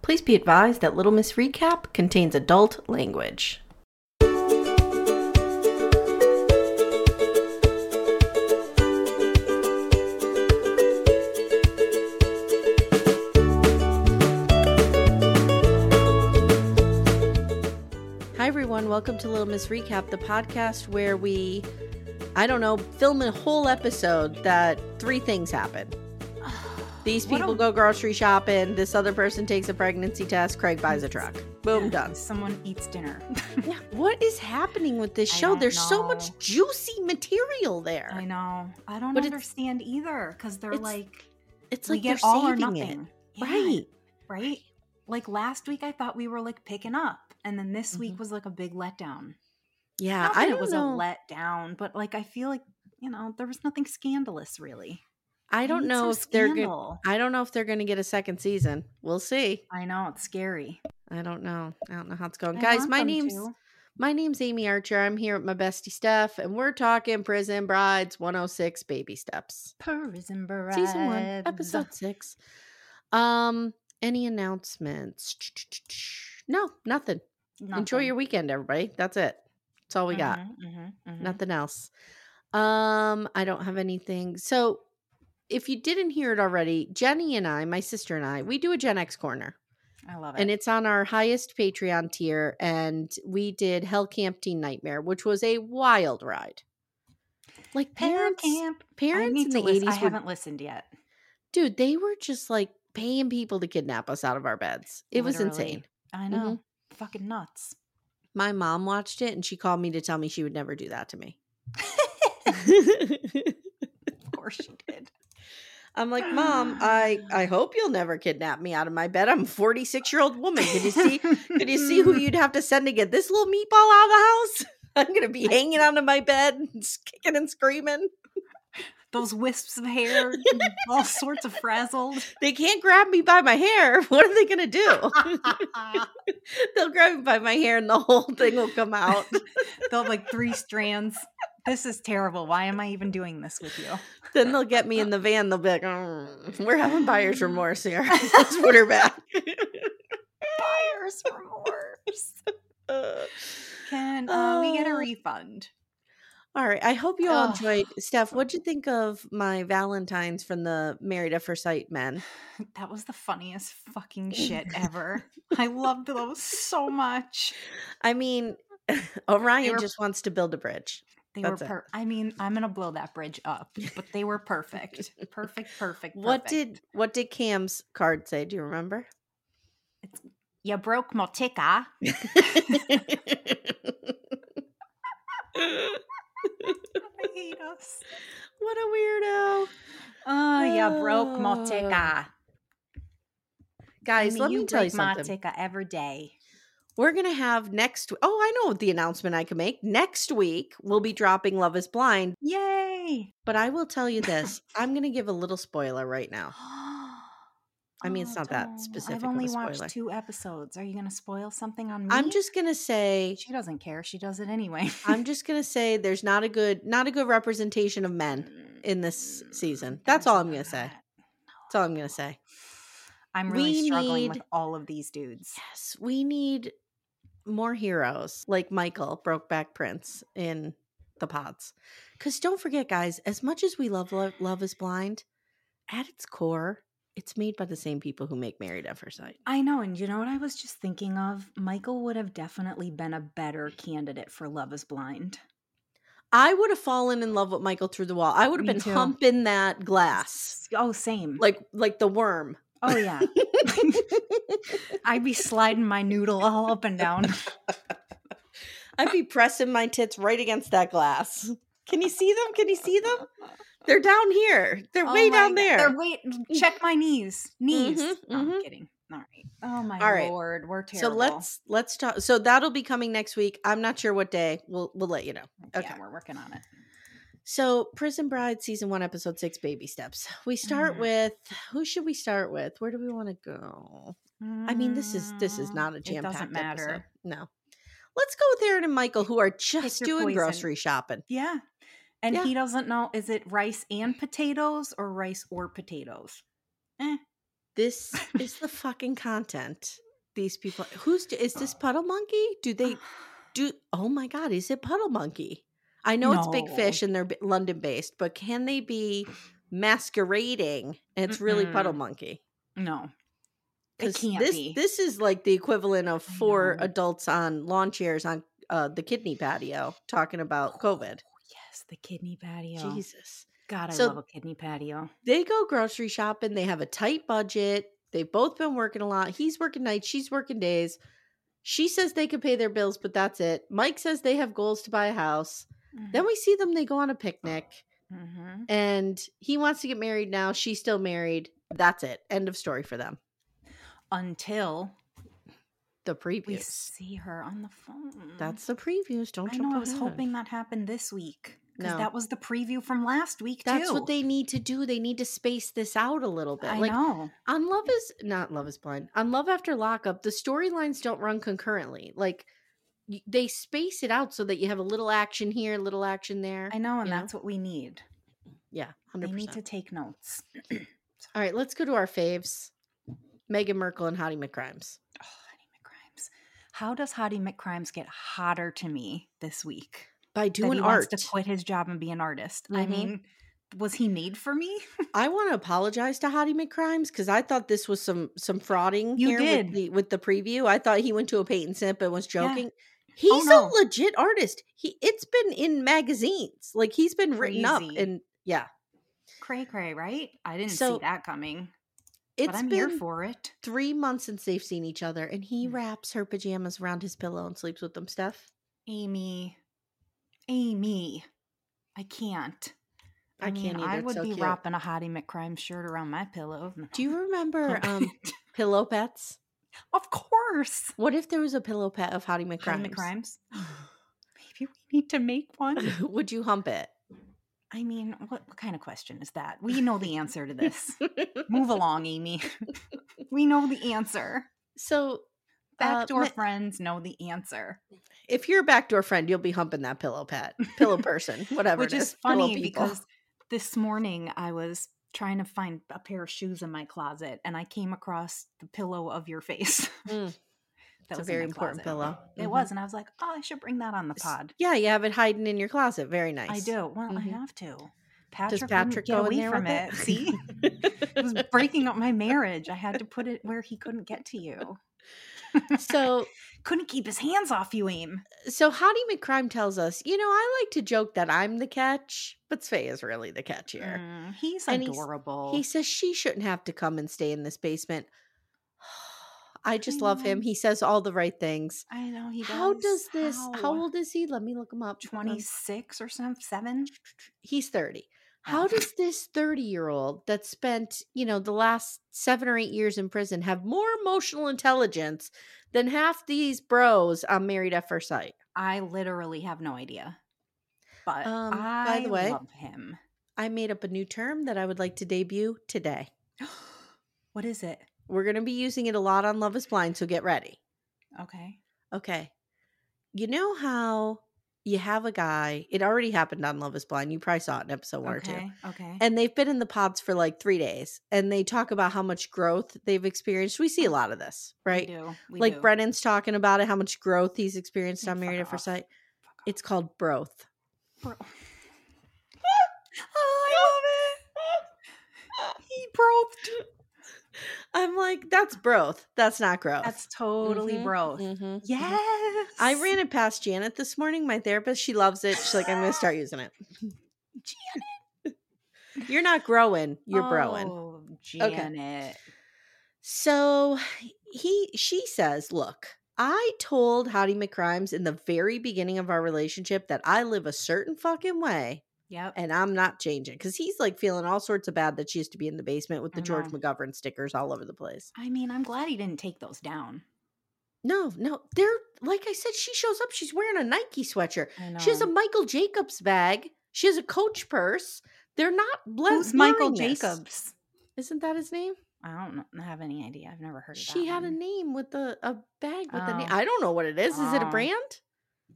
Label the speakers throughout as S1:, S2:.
S1: Please be advised that Little Miss Recap contains adult language. Hi, everyone. Welcome to Little Miss Recap, the podcast where we, I don't know, film a whole episode that three things happen. These
S2: What a-
S1: people go grocery shopping. This other person takes a pregnancy test. Craig buys a truck. Boom, done.
S2: Someone eats dinner.
S1: Yeah, what is happening with this
S2: I
S1: show?
S2: don't
S1: There's so
S2: know.
S1: much juicy material there.
S2: I know. I don't
S1: But it's-
S2: understand either because they're
S1: it's-
S2: like,
S1: It's
S2: we
S1: like
S2: get
S1: they're
S2: all or
S1: saving
S2: nothing,
S1: it.
S2: Yeah,
S1: Right.
S2: Right. Like last week, I thought we were like picking up, and then this week was like a big letdown.
S1: Mm-hmm. Yeah,
S2: Not
S1: I
S2: that
S1: don't
S2: it was
S1: know.
S2: a letdown, but like I feel like you know there was nothing scandalous really.
S1: I don't
S2: need
S1: know
S2: some
S1: if they're going.
S2: scandal.
S1: I don't know if they're going to get a second season. We'll see.
S2: I know it's scary,
S1: I don't know. I don't know how it's going,
S2: I
S1: guys.
S2: want
S1: My
S2: them
S1: name's
S2: to.
S1: my name's Amy Archer. I'm here with my bestie Steph, and we're talking Prison Brides 106 Baby Steps,
S2: Prison Bride.
S1: season one, episode six. Um, any announcements? No, nothing. Enjoy your weekend, everybody. That's it. That's all we
S2: Mm-hmm.
S1: got. nothing else um i don't have anything so if you didn't hear it already jenny and i my sister and i we do a gen x corner
S2: I love it.
S1: and it's on our highest patreon tier and we did hell camp teen nightmare which was a wild ride like
S2: Hell
S1: parents
S2: camp. I
S1: parents
S2: need
S1: in
S2: to
S1: the
S2: listen. I
S1: 80s were,
S2: haven't listened yet.
S1: dude they were just like paying people to kidnap us out of our beds it was
S2: Literally.
S1: insane
S2: I
S1: Mhm.
S2: know. Fucking nuts.
S1: my mom watched it and she called me to tell me she would never do that to me
S2: Of course she did.
S1: I'm like, Mom, I I hope you'll never kidnap me out of my bed. I'm a 46 year old woman. Could you see? Could you see who you'd have to send to get this little meatball out of the house? I'm gonna be hanging onto my bed, and s- kicking and screaming.
S2: Those wisps of hair, all sorts of frazzled.
S1: They can't grab me by my hair. What are they gonna do? They'll grab me by my hair, and the whole thing will come out.
S2: They'll have like three strands. This is terrible. Why am I even doing this with you?
S1: then they'll get me in the van. They'll be like, "Mm, "We're having buyer's remorse here. Let's put her back."
S2: Buyer's remorse.
S1: Uh,
S2: Can uh, we get a
S1: Oh.
S2: refund?
S1: All right. I hope you all
S2: Ugh.
S1: enjoyed. Steph, what'd you think of my Valentine's from the Married at First Sight men?
S2: That was the funniest fucking shit ever. I loved those so much.
S1: I mean, Orion
S2: were-
S1: just wants to build a bridge.
S2: They
S1: That's
S2: were.
S1: it.
S2: Per- I mean, I'm gonna blow that bridge up, but they were perfect. Perfect. Perfect.
S1: What
S2: perfect.
S1: did what did Cam's card say? Do you remember?
S2: you broke my ticker? I hate us.
S1: what a weirdo.
S2: Oh, you broke my
S1: Oh.
S2: ticker.
S1: Guys,
S2: Amy,
S1: let
S2: you
S1: me tell you
S2: break my
S1: something.
S2: ticker every day.
S1: We're gonna have next oh, I know the announcement I can make. Next week we'll be dropping Love is Blind,
S2: Yay!
S1: but I will tell you this. I'm gonna give a little spoiler right now. I mean,
S2: Oh,
S1: it's not
S2: Tom,
S1: that specific.
S2: I've
S1: of a
S2: only watched
S1: spoiler.
S2: two episodes. Are you going to spoil something on me?
S1: I'm just gonna say
S2: She doesn't care. She does it anyway.
S1: I'm just gonna say there's not a good not a good representation of men. in this season. Mm, That's all I'm gonna say. That's all I'm gonna say.
S2: I'm really
S1: We
S2: struggling with
S1: need-
S2: all of these dudes.
S1: Yes, we need more heroes like Michael Brokeback Prince in the pods. Because don't forget, guys, as much as we love Lo- Love Is Blind, at its core, it's made by the same people who make Married at First Sight.
S2: I know, and you know what I was just thinking of? Michael would have definitely been a better candidate for Love is Blind.
S1: I would have fallen in love with Michael through the wall. I would have
S2: Me
S1: been
S2: too.
S1: humping that glass
S2: Oh, same.
S1: like like the worm.
S2: oh yeah. I'd be sliding my noodle all up and down.
S1: I'd be pressing my tits right against that glass. Can you see them? Can you see them? They're down here. They're
S2: Oh
S1: way
S2: my
S1: down
S2: God.
S1: there.
S2: They're wait. Check my knees. Knees.
S1: Mhm,
S2: No, I'm
S1: mhm.
S2: kidding. All right. Oh my
S1: All right.
S2: lord, we're
S1: so
S2: terrible.
S1: let's let's talk. So that'll be coming next week. I'm not sure what day. We'll we'll let you know. Okay.
S2: Yeah, we're working on it.
S1: So Prison Bride season one episode six baby steps. We start
S2: Mhm.
S1: with who should we start with? Where do we want to go? I mean, this is this is not a
S2: Mm, It
S1: jam
S2: doesn't
S1: packed
S2: matter.
S1: episode. No. Let's go with Aaron and Michael who are just
S2: your
S1: doing
S2: poison.
S1: grocery shopping.
S2: Yeah. And
S1: Yeah.
S2: he doesn't know is it rice and potatoes or rice or potatoes? Eh.
S1: This is the fucking content. These people. Who's is this Puddle Monkey? Do they do? Oh my God, is it Puddle Monkey? I know it's Big
S2: No.
S1: Fish and they're b- London based, but can they be masquerading? And it's really Puddle
S2: Mm-mm.
S1: Monkey.
S2: No. It
S1: 'Cause
S2: can't
S1: this
S2: be.
S1: this is like the equivalent of
S2: I
S1: four
S2: know.
S1: adults on lawn chairs on uh, the kidney patio talking about
S2: Oh,
S1: COVID.
S2: yes, the kidney patio.
S1: Jesus.
S2: God, I
S1: So-
S2: love a kidney patio.
S1: they go grocery shopping. They have a tight budget. They've both been working a lot. He's working nights, she's working days. She says they can pay their bills, but that's it. Mike says they have goals to buy a house.
S2: Mm-hmm.
S1: Then we see them, they go on a picnic, Mm-hmm.
S2: Mhm.
S1: and he wants to get married now. She's still married. That's it. End of story for them.
S2: until
S1: The
S2: we
S1: previews.
S2: see her on the phone.
S1: That's the previews. Don't
S2: Mm-hmm. I
S1: jump
S2: know. I was
S1: ahead.
S2: hoping that happened this week because
S1: No.
S2: that was the preview from last week
S1: That's
S2: too.
S1: what they need to do. They need to space this out a little bit.
S2: I
S1: like
S2: know.
S1: on love is not love is blind on love after lockup the storylines don't run concurrently like y- they space it out so that you have a little action here a little action there
S2: I know, and
S1: you know?
S2: that's what we need.
S1: yeah
S2: We
S1: 100%
S2: need to take notes.
S1: all right let's go to our faves Meghan Merkel and Hottie McCrimes.
S2: Oh, Hottie McCrimes. How does Hottie McCrimes get hotter to me this week?
S1: By
S2: that
S1: doing
S2: he
S1: art,
S2: wants to quit his job and be an artist. I
S1: Mhm.
S2: mean, was he made for me?
S1: I want to apologize to Hottie McCrimes because I thought this was some some frauding.
S2: You
S1: here
S2: did.
S1: with the, with the preview. I thought he went to a paint and sip and was
S2: Yeah. Oh,
S1: joking. He's
S2: no.
S1: a legit artist. He it's been in magazines, like he's been written up,
S2: Crazy.
S1: and yeah,
S2: Cray cray, right? I didn't
S1: So,
S2: see that coming.
S1: It's
S2: but I'm
S1: been
S2: here for it.
S1: three months since they've seen each other, and he
S2: Mm.
S1: wraps her pajamas around his pillow and sleeps with them. Steph,
S2: Amy. Amy. I can't.
S1: I can't
S2: mean, I
S1: either, it's
S2: would
S1: so
S2: be
S1: cute.
S2: wrapping a Hottie McCrime shirt around my pillow.
S1: do you remember
S2: Couldn't-
S1: um, pillow pets?
S2: of course.
S1: What if there was a pillow pet of Hottie
S2: Hottie
S1: McCrimes?
S2: McCrimes. Maybe we need to make one.
S1: Would you hump it?
S2: I mean, what, what kind of question is that? We know the answer to this. Move along, Amy. we know the answer.
S1: so, uh,
S2: Backdoor
S1: Ma-
S2: friends know the answer,
S1: if you're a backdoor friend, you'll be humping that pillow pet, pillow person, whatever.
S2: which
S1: it
S2: is
S1: pillow
S2: funny
S1: people.
S2: because this morning I was trying to find a pair of shoes in my closet and I came across the pillow of your face.
S1: Mm.
S2: that
S1: It's a
S2: in
S1: very
S2: my
S1: important
S2: closet.
S1: pillow.
S2: It
S1: Mhm.
S2: was, and I was like, oh, I should bring that on the
S1: S-
S2: pod.
S1: Yeah, you have it hiding in your closet. Very nice.
S2: I do. Well,
S1: Mhm.
S2: I have to. Patrick,
S1: Does
S2: wouldn't
S1: Patrick
S2: get
S1: go
S2: away
S1: in there
S2: from
S1: with
S2: it? See, it was breaking up my marriage. I had to put it where he couldn't get to you.
S1: so
S2: couldn't keep his hands off you, Aim.
S1: So Hottie McCrime tells us, you know, I like to joke that I'm the catch, but Svea is really the catch here.
S2: Mm, he's
S1: And he's-
S2: adorable.
S1: He says she shouldn't have to come and stay in this basement. I just love him.
S2: know.
S1: He says all the right things.
S2: I know he does.
S1: How does this? How
S2: How?
S1: old is he? Let me look him up. Hold on.
S2: Twenty six or some seven?
S1: He's 30.
S2: Oh.
S1: How does this 30 year old that spent, you know, the last seven or eight years in prison have more emotional intelligence than half these bros on Married at First Sight?
S2: I literally have no idea. But
S1: Um,
S2: I
S1: by the way-
S2: love him.
S1: I made up a new term that I would like to debut today.
S2: What is it?
S1: We're going to be using it a lot on Love is Blind, so get ready.
S2: Okay.
S1: Okay. You know how you have a guy, it already happened on Love is Blind. You probably saw it in episode one or two.
S2: Okay. Okay.
S1: And they've been in the pods for like three days and they talk about how much growth they've experienced. We see a lot of this, right?
S2: We do. We
S1: like
S2: do.
S1: Brennan's talking about it, how much growth he's experienced
S2: Oh,
S1: on
S2: fuck
S1: Married at
S2: off.
S1: First Sight.
S2: Fuck off.
S1: It's called growth.
S2: Bro. oh, I love it. He broathed.
S1: I'm like, that's growth. That's not growth.
S2: That's totally
S1: Mhm,
S2: broth.
S1: mhm.
S2: Yes.
S1: I ran it past Janet this morning, my therapist. She loves it. She's like, I'm going to start using it.
S2: Janet.
S1: You're not growing, you're growing.
S2: Oh, Janet.
S1: So he she says, "Look, I told Howdy McCrimes in the very beginning of our relationship that I live a certain fucking way
S2: Yep.
S1: and I'm not changing cuz he's like feeling all sorts of bad that she used to be in the basement with the
S2: I
S1: George
S2: know.
S1: McGovern stickers all over the place.
S2: I mean, I'm glad he didn't take those down.
S1: No, no. They're like I said she shows up, she's wearing a Nike sweatshirt.
S2: I know.
S1: She has a Michael Jacobs bag. She has a Coach purse. They're not ble-
S2: Who's Michael
S1: blurring this.
S2: Jacobs?
S1: Isn't that his name?
S2: I don't know, have any idea. I've never heard of that.
S1: She had a
S2: one.
S1: name with a, a bag with a name.
S2: Oh.
S1: I don't know what it is. Is it a
S2: Oh.
S1: brand?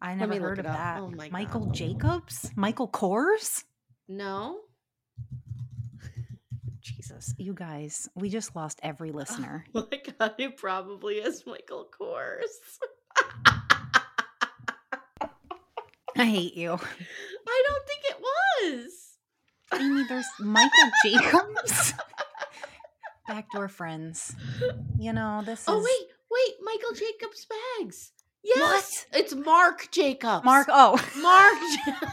S2: I
S1: Let
S2: never
S1: me look
S2: heard
S1: it
S2: of
S1: up.
S2: that.
S1: Oh my God.
S2: Michael Jacobs? Michael Kors?
S1: No.
S2: Jesus, you guys, we just lost every listener.
S1: Oh my god, it probably is Michael Kors.
S2: I hate you.
S1: I don't think it was.
S2: Amy, there's Michael Jacobs. Backdoor friends. You know, this
S1: Oh
S2: is
S1: wait, wait, Michael Jacobs bags. Yes, it's Mark Jacobs.
S2: Mark. Oh.
S1: Mark. Ja-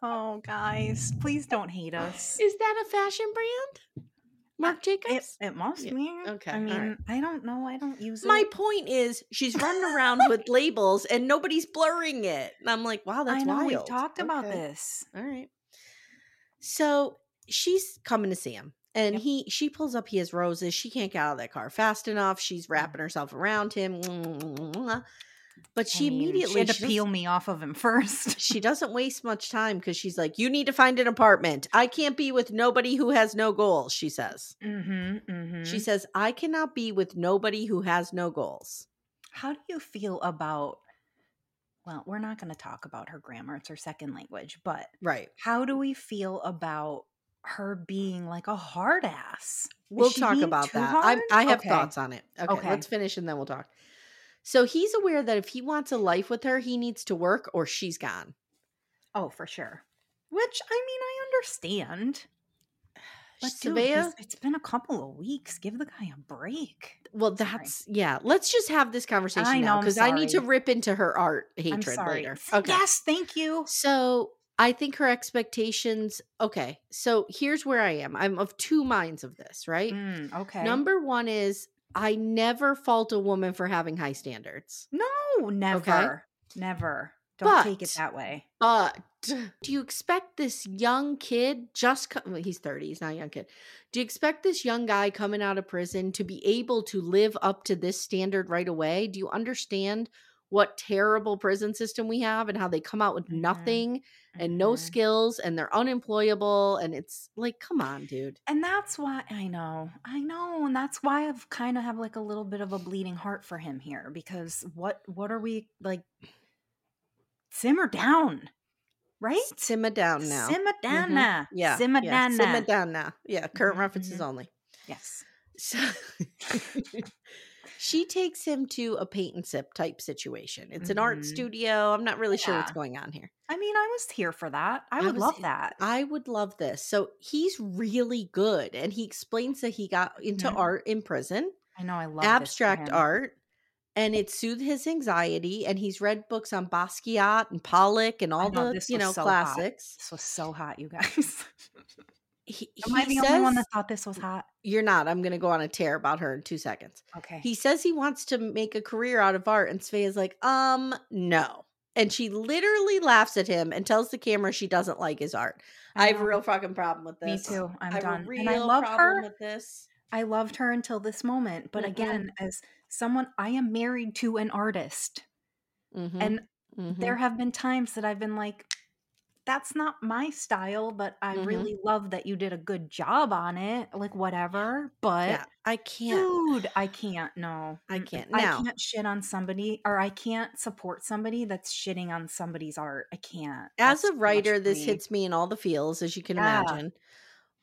S2: Oh guys, please don't hate us.
S1: is that a fashion brand? Mark
S2: It,
S1: Jacobs.
S2: it must
S1: Yeah,
S2: be.
S1: okay,
S2: I
S1: all
S2: mean,
S1: right.
S2: I don't know. I don't use
S1: My
S2: it.
S1: point is, she's running around with labels and nobody's blurring it. And I'm like, wow, that's
S2: I know
S1: wild.
S2: we've talked about
S1: Okay.
S2: this.
S1: All right. So she's coming to see him. And
S2: Yep.
S1: he she pulls up, he has roses. She can't get out of that car fast enough. She's wrapping herself around him. But she
S2: I mean,
S1: immediately
S2: she had to
S1: she
S2: peel
S1: doesn't-
S2: me off of him first.
S1: she doesn't waste much time because she's like, You need to find an apartment. I can't be with nobody who has no goals, she says.
S2: mm-hmm, mm-hmm.
S1: She says, I cannot be with nobody who has no goals.
S2: How do you feel about? Well, we're not going to talk about her grammar; it's her second language. But
S1: Right.
S2: how do we feel about her being like a hard ass? Is
S1: We'll
S2: she
S1: talk
S2: being
S1: about
S2: too
S1: that. I,
S2: hard?
S1: I have
S2: Okay.
S1: thoughts on it. Okay,
S2: Okay.
S1: let's finish and then we'll talk. So he's aware that if he wants a life with her, he needs to work or she's gone.
S2: Oh, for sure. Which I mean, I understand. But dude,
S1: Sabea-
S2: he's- it's been a couple of weeks. Give the guy a break.
S1: well,
S2: sorry.
S1: that's yeah. Let's just have this conversation
S2: I know,
S1: now
S2: I'm
S1: because I need to
S2: sorry.
S1: rip into her art
S2: I'm
S1: hatred
S2: sorry.
S1: later. Okay.
S2: Yes, thank you.
S1: So I think her expectations. Okay. So here's where I am. I'm of two minds of this. Right.
S2: Mm, okay.
S1: Number one is I never fault a woman for having high standards.
S2: no, never, never. Don't take it
S1: But-
S2: that way.
S1: But do you expect this young kid just co- well, he's 30, he's not a young kid. Do you expect this young guy coming out of prison to be able to live up to this standard right away? Do you understand what terrible prison system we have and how they come out with
S2: Mhm.
S1: nothing and no
S2: Mhm.
S1: skills and they're unemployable and it's like come on, dude.
S2: And that's why I know, I know, and that's why I've kind of have like a little bit of a bleeding heart for him here because what what are we like? Simmer down, right?
S1: Simmer down now.
S2: Simmer down.
S1: Mhm.
S2: now.
S1: yeah.
S2: Simmer
S1: yeah,
S2: down.
S1: Simmer
S2: now.
S1: down now. Yeah, current
S2: Mhm,
S1: references
S2: mhm.
S1: only.
S2: Yes.
S1: So she takes him to a paint and sip type situation. It's an art
S2: Mhm.
S1: studio. I'm not really sure what's
S2: Yeah.
S1: going on here.
S2: I mean, I was here for that. I
S1: I
S2: would
S1: was
S2: love
S1: here-
S2: that.
S1: I would love this. So he's really good. And he explains that he got into
S2: Mhm.
S1: art in prison,
S2: I know. I love this for
S1: abstract
S2: him.
S1: art, and it soothed his anxiety. And he's read books on Basquiat and Pollock and all
S2: know,
S1: the,
S2: this
S1: you
S2: was
S1: know,
S2: so hot.
S1: classics.
S2: This was so hot, you guys.
S1: He,
S2: Am I
S1: he
S2: the only one
S1: says-
S2: that thought this was hot?
S1: You're not. I'm going to go on a tear about her in two seconds.
S2: Okay.
S1: He says he wants to make a career out of art, and Svea is like, um, no. And she literally laughs at him and tells the camera she doesn't like his art. I, have a
S2: know.
S1: real fucking problem with
S2: Me
S1: this.
S2: too. I'm
S1: I have
S2: done.
S1: a real
S2: And I love
S1: problem
S2: her.
S1: with this.
S2: I loved her until this moment. But
S1: Mm-mm.
S2: again, as someone, I am married to an artist.
S1: Mhm,
S2: And
S1: mhm.
S2: there have been times that I've been like, that's not my style, but I
S1: Mhm.
S2: really love that you did a good job on it. Like whatever, but
S1: yeah, I can't.
S2: dude, I can't. No,
S1: I
S2: Mm-mm.
S1: can't.
S2: I
S1: Now-
S2: can't shit on somebody, or I can't support somebody that's shitting on somebody's art. I can't. That's
S1: As
S2: too
S1: a
S2: much
S1: writer,
S2: for
S1: this
S2: me.
S1: hits me in all the feels, as you can
S2: Yeah.
S1: imagine.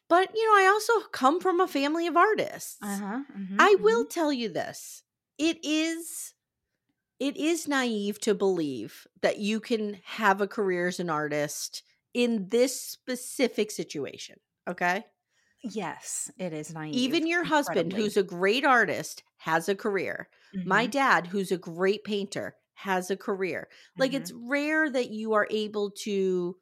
S1: But you know, I also come from a family of artists.
S2: Uh-huh, mhm,
S1: I
S2: mhm.
S1: will tell you this. It is it is naive to believe that you can have a career as an artist in this specific situation, okay?
S2: mm-hmm. Yes, it is naive.
S1: Even your husband
S2: incredibly.
S1: who's a great artist has a career. My
S2: Mhm,
S1: dad who's a great painter has a career. Like
S2: mhm.
S1: it's rare that you are able to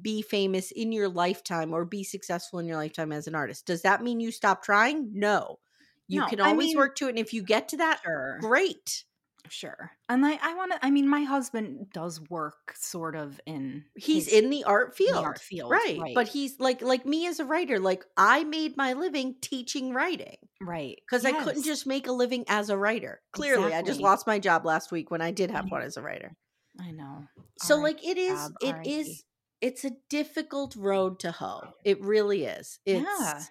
S1: be famous in your lifetime or be successful in your lifetime as an artist. Does that mean you stop trying? No. You
S2: No,
S1: can
S2: I
S1: always
S2: mean-
S1: work to it. And if you get to that,
S2: sure.
S1: great.
S2: Sure. And I, I want to, I mean, my husband does work sort of in.
S1: He's
S2: his-
S1: in the art
S2: the
S1: field.
S2: art field,
S1: Right.
S2: right.
S1: But he's like like me as a writer, like I made my living teaching writing.
S2: Right.
S1: Because I couldn't
S2: Yes.
S1: just make a living as a writer. Clearly, I just
S2: Exactly.
S1: lost my job last week when I did have
S2: Right.
S1: one as a writer.
S2: I know.
S1: so
S2: RIP
S1: like it is
S2: job,
S1: it
S2: RIP.
S1: is it's a difficult road to hoe it really is it's
S2: Yeah.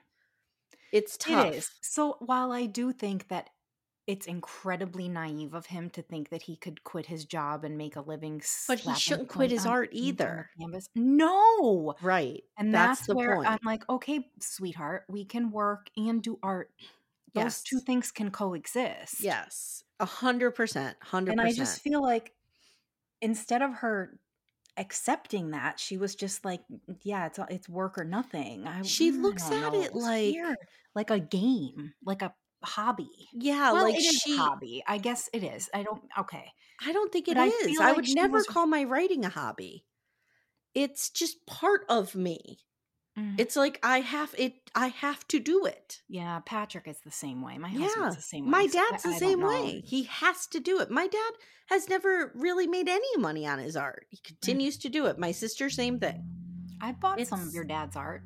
S1: it's tough
S2: It is. So while I do think that it's incredibly naive of him to think that he could quit his job and make a living,
S1: But he
S2: slapping
S1: shouldn't
S2: paint
S1: quit his
S2: on
S1: art
S2: paint on the
S1: either.
S2: Canvas. No.
S1: right
S2: And
S1: that's,
S2: that's,
S1: the
S2: where
S1: point
S2: I'm like, okay, sweetheart, we can work and do art. Those two
S1: Yes.
S2: things can coexist.
S1: yes a hundred percent hundred
S2: And I
S1: percent
S2: just feel like instead of her accepting that, she was just like, "Mm, "Yeah, it's uh, it's work or nothing." I,
S1: She
S2: mm, I
S1: looks
S2: don't
S1: at
S2: know,
S1: it
S2: was
S1: like-
S2: weird. like a game, like a hobby.
S1: yeah
S2: well,
S1: like
S2: it is
S1: she
S2: a hobby. I guess it is. I don't. Okay,
S1: i don't think it
S2: but I
S1: is. I
S2: feel like
S1: would
S2: she
S1: never
S2: was-
S1: call my writing a hobby it's just part of me
S2: Mm.
S1: it's like i have it i have to do it
S2: yeah. Patrick is the same way. My
S1: Yeah.
S2: husband's the same way.
S1: My
S2: so I-
S1: dad's the
S2: I don't
S1: same
S2: know.
S1: way. He has to do it. My dad has never really made any money on his art.
S2: Mm.
S1: He continues to do it. My sister, same thing.
S2: I bought some of
S1: It's-
S2: your dad's art.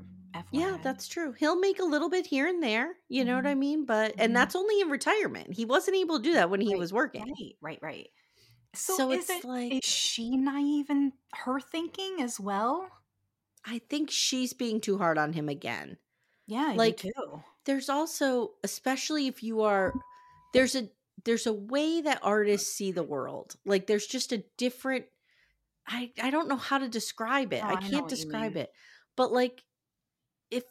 S1: Yeah,
S2: FYI.
S1: that's true. He'll make a little bit here and there. You know what I mean? But and
S2: Mhm.
S1: that's only in retirement. He wasn't able to do that when he
S2: Right,
S1: was working.
S2: Right, right, right. So,
S1: So
S2: is
S1: it's
S2: it,
S1: like-
S2: is she naive in her thinking as well?
S1: I think she's being too hard on him again.
S2: Yeah, I do
S1: Like,
S2: too.
S1: There's also, especially if you are there's a there's a way that artists see the world. Like there's just a different I I don't know how to describe it.
S2: No,
S1: I
S2: Oh, I know
S1: can't
S2: what you
S1: describe
S2: mean.
S1: it. But like if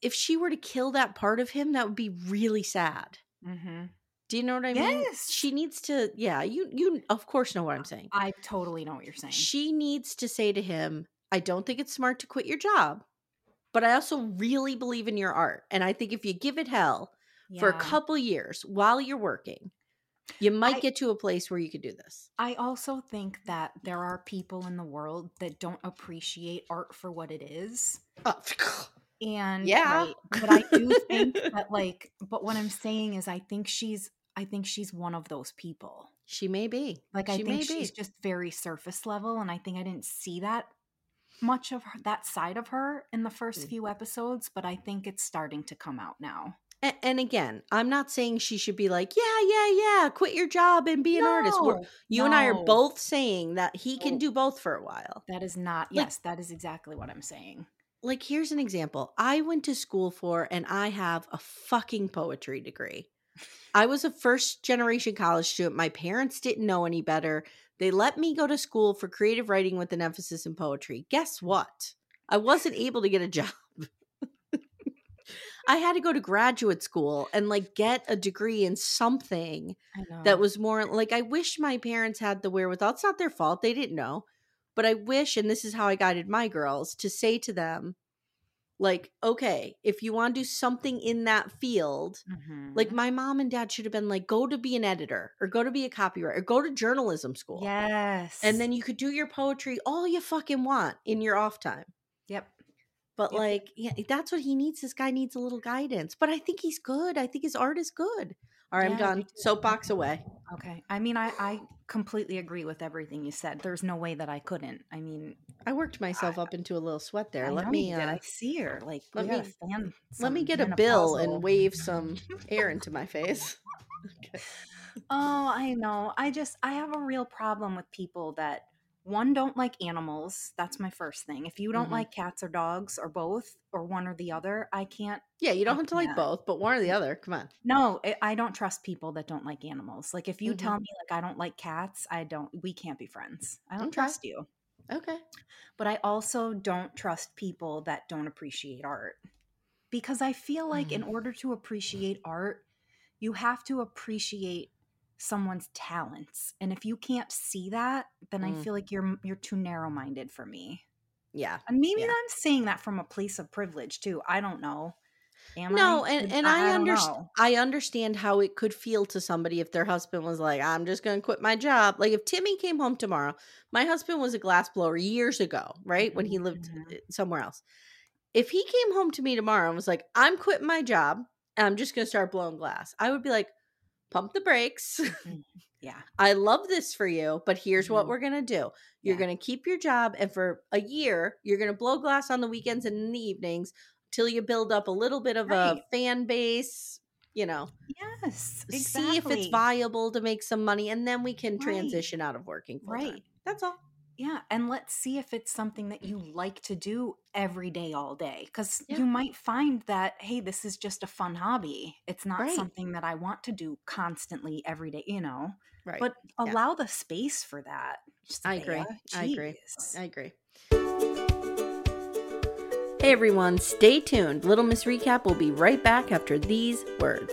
S1: if she were to kill that part of him, that would be really sad.
S2: Mm-hmm.
S1: Do you know what I mean?
S2: Yes.
S1: She needs to yeah, you you of course know what I'm saying.
S2: I totally know what you're saying.
S1: She needs to say to him, I don't think it's smart to quit your job, but I also really believe in your art. And I think if you give it hell for a
S2: Yeah.
S1: couple years while you're working, you might
S2: I-
S1: get to a place where you could do this.
S2: I also think that there are people in the world that don't appreciate art for what it is.
S1: Oh,
S2: And
S1: Yeah.
S2: like, but I do think that like but what I'm saying is I think she's I think she's one of those people.
S1: She may be.
S2: Like
S1: she
S2: I
S1: may
S2: think she's
S1: be.
S2: just very surface level, and I think I didn't see that much of her, that side of her in the first
S1: Mm.
S2: few episodes, but I think it's starting to come out now.
S1: A- And again, I'm not saying she should be like, yeah, yeah, yeah, quit your job and be an artist. We're,
S2: No,
S1: you and I are
S2: no. Oh.
S1: both saying that he can
S2: No.
S1: do both for a while.
S2: That is not.
S1: Like-
S2: yes, that is exactly what I'm saying.
S1: Like, here's an example I went to school for, and I have a fucking poetry degree. I was a first generation college student. My parents didn't know any better. They let me go to school for creative writing with an emphasis in poetry. Guess what? I wasn't able to get a job. I had to go to graduate school and like get a degree in something
S2: I know.
S1: that was more like I wish my parents had the wherewithal. It's not their fault. They didn't know. But I wish, and this is how I guided my girls to say to them, like, okay, if you want to do something in that field,
S2: Mm-hmm.
S1: like my mom and dad should have been like, go to be an editor or go to be a copywriter or go to journalism school.
S2: yes,
S1: And then you could do your poetry all you fucking want in your off time.
S2: yep.
S1: But
S2: Yep.
S1: like, yeah, that's what he needs. This guy needs a little guidance. But I think he's good. I think his art is good. All right,
S2: Yeah,
S1: I'm
S2: I do
S1: done.
S2: too.
S1: Soapbox away.
S2: Okay. I mean, I I completely agree with everything you said. There's no way that I couldn't. I mean,
S1: I worked myself up into a little sweat there.
S2: I
S1: let
S2: know
S1: me
S2: You did.
S1: uh,
S2: I see her. Like, we
S1: let me-
S2: gotta fan
S1: let me
S2: some
S1: get a bill
S2: menopausal-
S1: and wave some air into my face.
S2: Oh, I know. I just I have a real problem with people that one don't like animals that's my first thing if you don't
S1: Mhm.
S2: like cats or dogs or both or one or the other i can't
S1: Yeah, you don't
S2: I
S1: have to like
S2: can't.
S1: both, but one or the other. Come on.
S2: no I- i don't trust people that don't like animals like if you
S1: Mhm.
S2: tell me like i don't like cats i don't we can't be friends i don't
S1: Okay.
S2: trust you
S1: Okay.
S2: but i also don't trust people that don't appreciate art because i feel like
S1: Mm.
S2: in order to appreciate art you have to appreciate someone's talents and if you can't see that then i
S1: Mm.
S2: feel like you're you're too narrow-minded for me
S1: Yeah.
S2: and maybe
S1: Yeah.
S2: I'm saying that from a place of privilege too. I don't know. Am
S1: no,
S2: I?
S1: and, and I,
S2: don't
S1: understand
S2: know.
S1: I understand how it could feel to somebody if their husband was like, I'm just gonna quit my job. Like if Timmy came home tomorrow, my husband was a glass blower years ago, right? When he lived
S2: Mhm.
S1: uh, somewhere else. If he came home to me tomorrow and was like, I'm quitting my job and I'm just gonna start blowing glass, I would be like, Pump the brakes.
S2: Mm, Yeah,
S1: I love this for you, but here's what
S2: Mhm.
S1: we're going to do.
S2: Yeah.
S1: You're going to keep your job, and for a year, you're going to blow glass on the weekends and in the evenings till you build up a little bit of
S2: Right.
S1: a fan base, you know,
S2: yes.
S1: see if it's
S2: exactly.
S1: viable to make some money, and then we can
S2: Right.
S1: transition out of working. full time.
S2: Right.
S1: That's all.
S2: Yeah, and let's see if it's something that you like to do every day, all day. Because
S1: Yeah.
S2: you might find that hey, this is just a fun hobby. It's not
S1: Right.
S2: something that I want to do constantly every day. You know,
S1: Right.
S2: but
S1: Yeah.
S2: allow the space for that.
S1: I agree.
S2: Sneha.
S1: I agree.
S2: "Oh, Jeez.
S1: I agree. Hey everyone, stay tuned. Little Miss Recap will be right back after these words.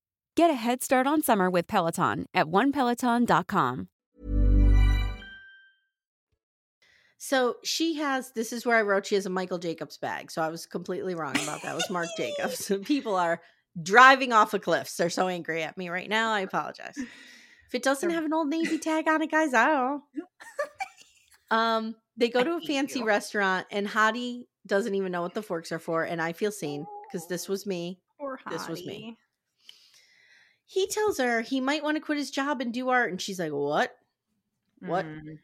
S3: Get a head start on summer with Peloton at onepeloton.com.
S1: So she has this is where I wrote she has a Michael Jacobs bag. So I was completely wrong about that. It was Mark Jacobs. People are driving off a cliff. They're so angry at me right now. I apologize. If it doesn't
S2: They're-
S1: have an old navy tag on it, guys, I don't. know. Um, they go
S2: I
S1: to a
S2: hate
S1: fancy
S2: you.
S1: restaurant and Hottie doesn't even know what the forks are for, and I feel seen because this was me.
S2: Poor
S1: This was me.
S2: Hottie.
S1: He tells her he might want to quit his job and do art, and she's like, "What? What?"
S2: Mm.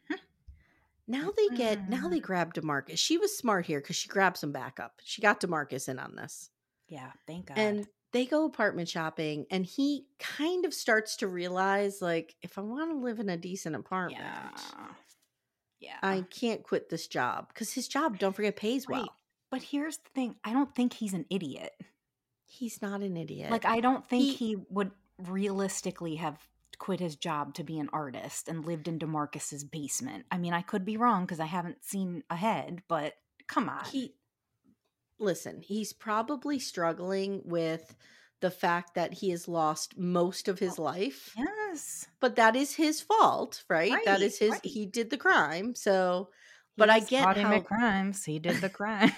S1: Now they get now
S2: Mm-hmm.
S1: they grab Demarcus. She was smart here because she grabbed some backup. She got Demarcus in on this,
S2: Yeah, thank God.
S1: and they go apartment shopping. And he kind of starts to realize, like, if I want to live in a decent apartment,
S2: yeah, yeah.
S1: I can't quit this job because his job, don't forget, pays
S2: Right.
S1: well.
S2: But here's the thing I don't think he's an idiot.
S1: He's not an idiot.
S2: Like, I don't think
S1: He-
S2: he, would realistically have quit his job to be an artist and lived in DeMarcus's basement. I mean, I could be wrong because I haven't seen ahead, but come on.
S1: he listen he's probably struggling with the fact that he has lost most of his life
S2: yes.
S1: but that is his fault right, that
S2: Right,
S1: is his
S2: right.
S1: he did the crime so But I
S2: He's
S1: get
S2: caught him
S1: how-
S2: at crimes. He did the crime.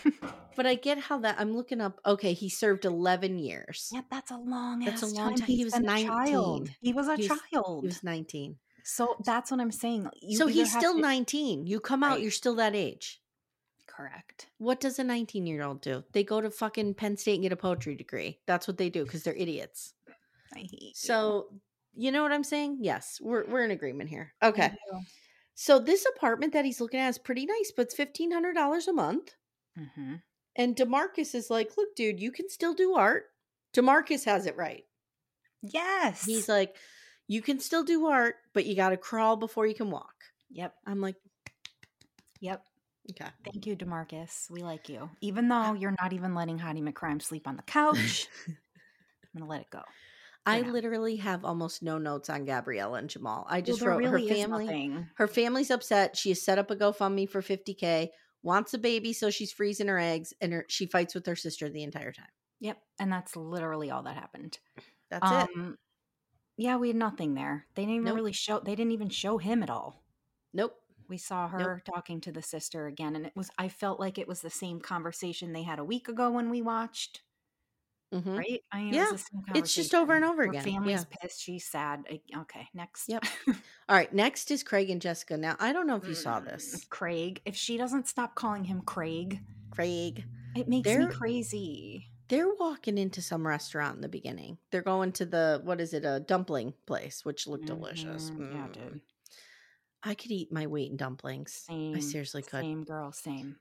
S1: but i get how that i'm looking up okay he served 11 years
S2: yeah, that's a long.
S1: That's a
S2: ass
S1: long time. He
S2: He's
S1: was
S2: been a child.
S1: 19.
S2: He was a
S1: He was-
S2: child.
S1: he was 19
S2: so that's what I'm saying. You
S1: so
S2: either
S1: he's
S2: have
S1: still
S2: to-
S1: 19 you come out
S2: Right.
S1: you're still that age
S2: Correct.
S1: what does a 19 year old do they go to fucking penn state and get a poetry degree that's what they do because they're idiots
S2: I hate you.
S1: So you know what I'm saying? Yes, we're we're in agreement here. Okay.
S2: Yeah.
S1: So this apartment that he's looking at is pretty nice, but it's fifteen hundred dollars a month.
S2: Mhm.
S1: And Demarcus is like, "Look, dude, you can still do art." Demarcus has it right.
S2: Yes.
S1: He's like, "You can still do art, but you got to crawl before you can walk."
S2: yep.
S1: I'm like,
S2: Yep.
S1: "Okay,
S2: Thank you, Demarcus. We like you. Even though you're not even letting Hottie McCrime sleep on the couch, I'm going to let it go.
S1: I
S2: Yeah.
S1: literally have almost no notes on Gabriella and Jamal. I just
S2: Well,
S1: wrote
S2: there
S1: her
S2: really is
S1: family."
S2: nothing.
S1: Her family's upset. She has set up a GoFundMe for 50K, wants a baby, so she's freezing her eggs, and her, she fights with her sister the entire time.
S2: Yep. And that's literally all that happened.
S1: That's it.
S2: um, yeah, we had nothing there. They didn't even
S1: Nope.
S2: really show. They didn't even show him at all.
S1: Nope.
S2: We saw her talking to the sister again, and it was. I felt like it was the same conversation they had a week ago when we watched.
S1: Mhm.
S2: Right? I mean,
S1: Yeah.
S2: it was the same
S1: It's just
S2: conversation.
S1: over and over
S2: Her
S1: again.
S2: Family's
S1: Yeah.
S2: pissed. She's sad. I- Okay, next.
S1: Yep. All right. Next is Craig and Jessica. Now, I don't know if you saw this.
S2: Craig. If she doesn't stop calling him Craig,
S1: Craig,
S2: it makes me
S1: They're-
S2: crazy.
S1: they're walking into some restaurant in the beginning. They're going to the, what is it, a dumpling place, which looked delicious.
S2: Mhm. Yeah,
S1: Mm.
S2: dude.
S1: I could eat my weight in dumplings.
S2: Same.
S1: I seriously could.
S2: Same girl. Same.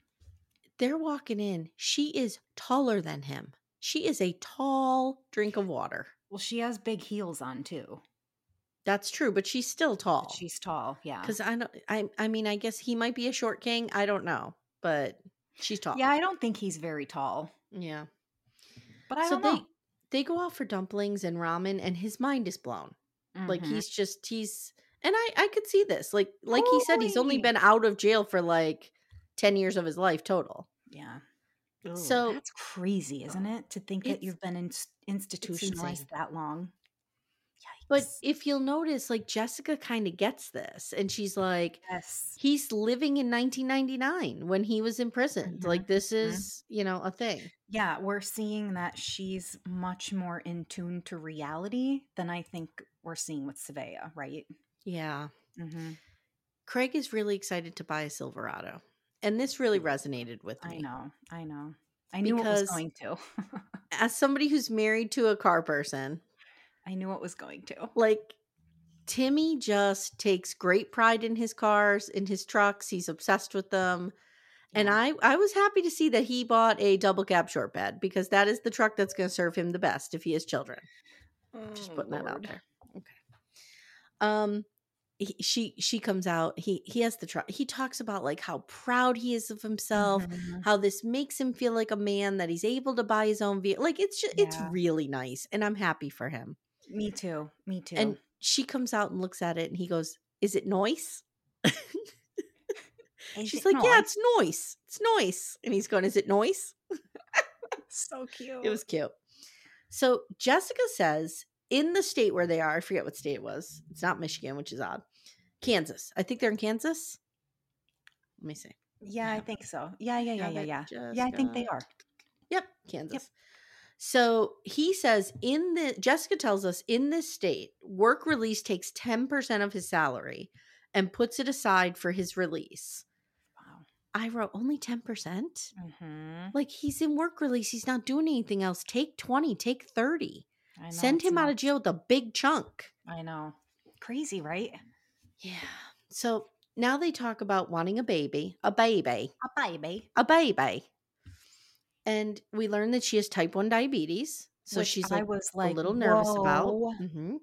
S1: They're walking in. She is taller than him. She is a tall drink of water.
S2: Well, she has big heels on too.
S1: That's true, but she's still
S2: but
S1: tall.
S2: She's tall. Yeah.
S1: Because I don't. I. I mean, I guess he might be a short king. I don't know, but she's tall.
S2: Yeah, I don't think he's very tall,
S1: Yeah.
S2: but I don't
S1: so
S2: know.
S1: they they go out for dumplings and ramen, and his mind is blown. Like
S2: Mhm.
S1: he's just he's. And I I could see this. Like like he said, he's only
S2: Totally.
S1: been out of jail for like ten years of his life total.
S2: yeah.
S1: so
S2: that's crazy, isn't it? To think that
S1: it's-
S2: you've been in- institutionalized
S1: insane.
S2: that long.
S1: But
S2: Yikes.
S1: if you'll notice, like Jessica kind of gets this, and she's like,
S2: yes,
S1: he's living in 1999 when he was imprisoned.
S2: Mhm,
S1: Like this
S2: mhm.
S1: is you know a thing.
S2: yeah, we're seeing that she's much more in tune to reality than I think we're seeing with Savea, right?
S1: Yeah.
S2: Mm-hmm.
S1: Craig is really excited to buy a Silverado. And this really resonated with
S2: I
S1: me.
S2: know, I know, I knew it
S1: Because-
S2: was going to.
S1: As somebody who's married to a car person,
S2: I knew it was going to.
S1: like Timmy just takes great pride in his cars, in his trucks. He's obsessed with them. And
S2: Yeah.
S1: I, I was happy to see that he bought a double cab short bed because that is the truck that's going to serve him the best if he has children. Just
S2: Oh,
S1: putting that out
S2: Lord.
S1: there. Okay. Um, he, she she comes out. He he has the truck. He talks about like how proud he is of himself.
S2: Mhm.
S1: how this makes him feel like a man that he's able to buy his own vehicle. Like it's just it's
S2: Yeah.
S1: really nice, and I'm happy for him.
S2: Me too. Me too.
S1: And she comes out and looks at it, and he goes, "Is it noise?"
S2: Is
S1: She's
S2: it
S1: like, "Yeah,
S2: not?
S1: it's noise. It's noise." And he's going, "Is it noise?"
S2: so cute.
S1: It was cute. So Jessica says, in the state where they are, I forget what state it was. It's not Michigan, which is odd. Kansas. I think they're in Kansas. Let me see.
S2: Yeah, I think so. Yeah, yeah, yeah,
S1: Have
S2: yeah,
S1: it
S2: yeah.
S1: just
S2: Yeah, I think they
S1: gone.
S2: are.
S1: Yep, Kansas. So he says in the Jessica tells us in this state, work release takes 10% of his salary and puts it aside for his release.
S2: Wow.
S1: I wrote only 10%?
S2: Mm-hmm.
S1: Like he's in work release, he's not doing anything else. Take 20, take 30. Send him out of jail with a big chunk.
S2: I know. Crazy, right?
S1: Yeah. So now they talk about wanting a baby, a baby,
S2: A baby.
S1: a baby. And we learn that she has type 1 diabetes. So
S2: which
S1: she's
S2: I
S1: like,
S2: was like
S1: a little nervous about.
S2: whoa.
S1: Mhm.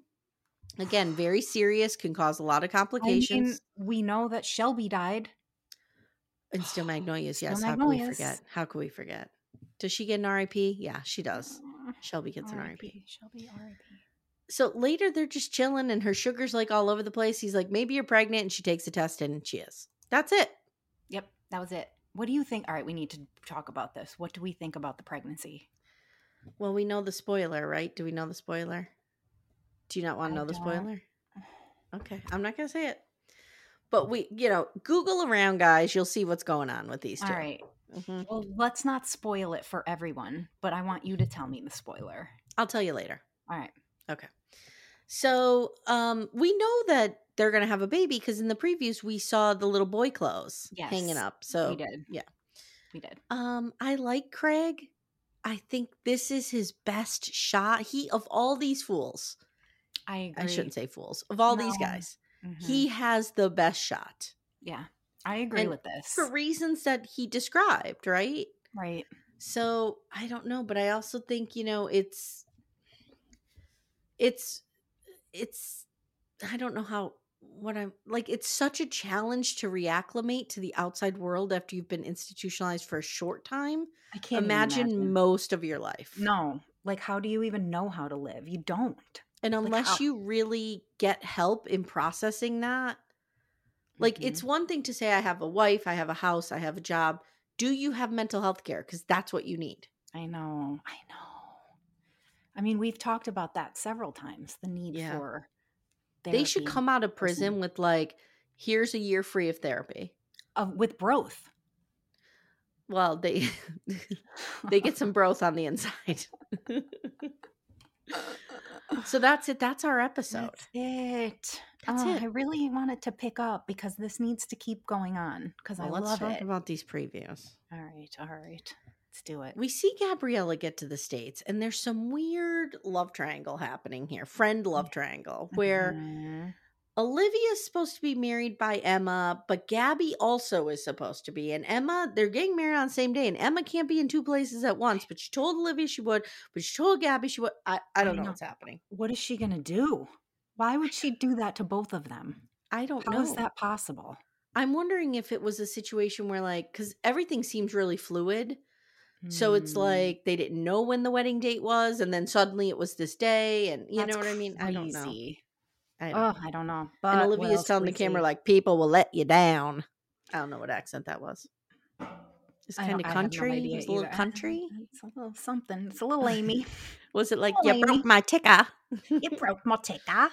S1: Again, very serious, can cause a lot of
S2: I mean,
S1: complications.
S2: we know that Shelby died.
S1: and still magnolias,
S2: Steel
S1: yes. How can we
S2: Magnolias.
S1: forget? How can we forget? Does she get an RIP? Yeah, she does.
S2: Mm,
S1: Shelby gets an RIP.
S2: Shelby R.I.P.
S1: So later they're just chilling and her sugar's like all over the place. He's like, maybe you're pregnant. And she takes a test and she is. That's it.
S2: Yep, that was it. What do you think? All right, we need to talk about this. What do we think about the pregnancy?
S1: Well, we know the spoiler, right? Do we know the spoiler? Do you not want to
S2: I
S1: know the
S2: don't.
S1: spoiler? Okay, I'm not going to say it. But we, you know, Google around, guys. You'll see what's going on with these two.
S2: All right.
S1: Mhm.
S2: Well, let's not spoil it for everyone, but I want you to tell me the spoiler.
S1: I'll tell you later.
S2: All right.
S1: So um we know that they're gonna have a baby because in the previews we saw the little boy clothes hanging
S2: Yes,
S1: up. So
S2: we did.
S1: Oh, yeah.
S2: We did.
S1: Um I like Craig. I think this is his best shot. He of all these fools,
S2: I agree.
S1: I shouldn't say fools, of all these
S2: No.
S1: guys,
S2: Mhm.
S1: he has the best shot.
S2: Yeah, I agree
S1: And
S2: with this.
S1: For reasons that he described, right?
S2: right.
S1: So I don't know, but I also think you know it's it's it's I don't know how what I'm like. It's such a challenge to reacclimate to the outside world after you've been institutionalized for a short time.
S2: I can't even
S1: imagine,
S2: imagine.
S1: most of your life.
S2: No, like how do you even know how to live? You don't.
S1: and unless
S2: how-
S1: you really get help in processing that, like it's
S2: Mm-hmm.
S1: one thing to say I have a wife, I have a house, I have a job. Do you have mental health care? Because that's what you need.
S2: I know. I know. I mean, we've talked about that several times. The need
S1: Yeah.
S2: for
S1: They should
S2: therapy
S1: come out
S2: in
S1: of prison
S2: person.
S1: with like, here's a year free of therapy.
S2: of with growth.
S1: Well, they they get some growth on the inside. so that's it. That's our episode.
S2: That's it.
S1: That's
S2: Oh,
S1: it.
S2: I really wanted to pick up because this needs to keep going on because
S1: Well,
S2: I
S1: let's
S2: love
S1: talk
S2: it.
S1: about these previews.
S2: all right, all right, let's do it.
S1: We see Gabriella get to the States, and there's some weird love triangle happening here friend love
S2: Uh-huh.
S1: triangle, where
S2: Mhm.
S1: Olivia's supposed to be married by Emma, but Gabby also is supposed to be. And Emma, they're getting married on the same day, and Emma can't be in two places at once. But she told Olivia she would, but she told Gabby she would. I, I don't know,
S2: know.
S1: what's happening.
S2: what is she gonna do? Why would she do that to both of them?
S1: I don't
S2: How
S1: know.
S2: is that possible?
S1: I'm wondering if it was a situation where, like, because everything seems really fluid. So it's
S2: Hmm.
S1: like they didn't know when the wedding date was, and then suddenly it was this day, and you
S2: That's
S1: know what I mean? I don't know.
S2: crazy.
S1: I don't
S2: Oh,
S1: know.
S2: I don't know. But
S1: And
S2: what
S1: Olivia's
S2: else
S1: telling
S2: do
S1: the
S2: we
S1: camera,
S2: see?
S1: like, people will let you down. I don't know what accent that was. It's
S2: I don't-
S1: kind of
S2: I have no
S1: country.
S2: idea
S1: it was a little
S2: either.
S1: country.
S2: It's a little something. It's a little Amy.
S1: Was it like,
S2: Oh,
S1: you
S2: Amy.
S1: broke my ticker?
S2: you broke my ticker.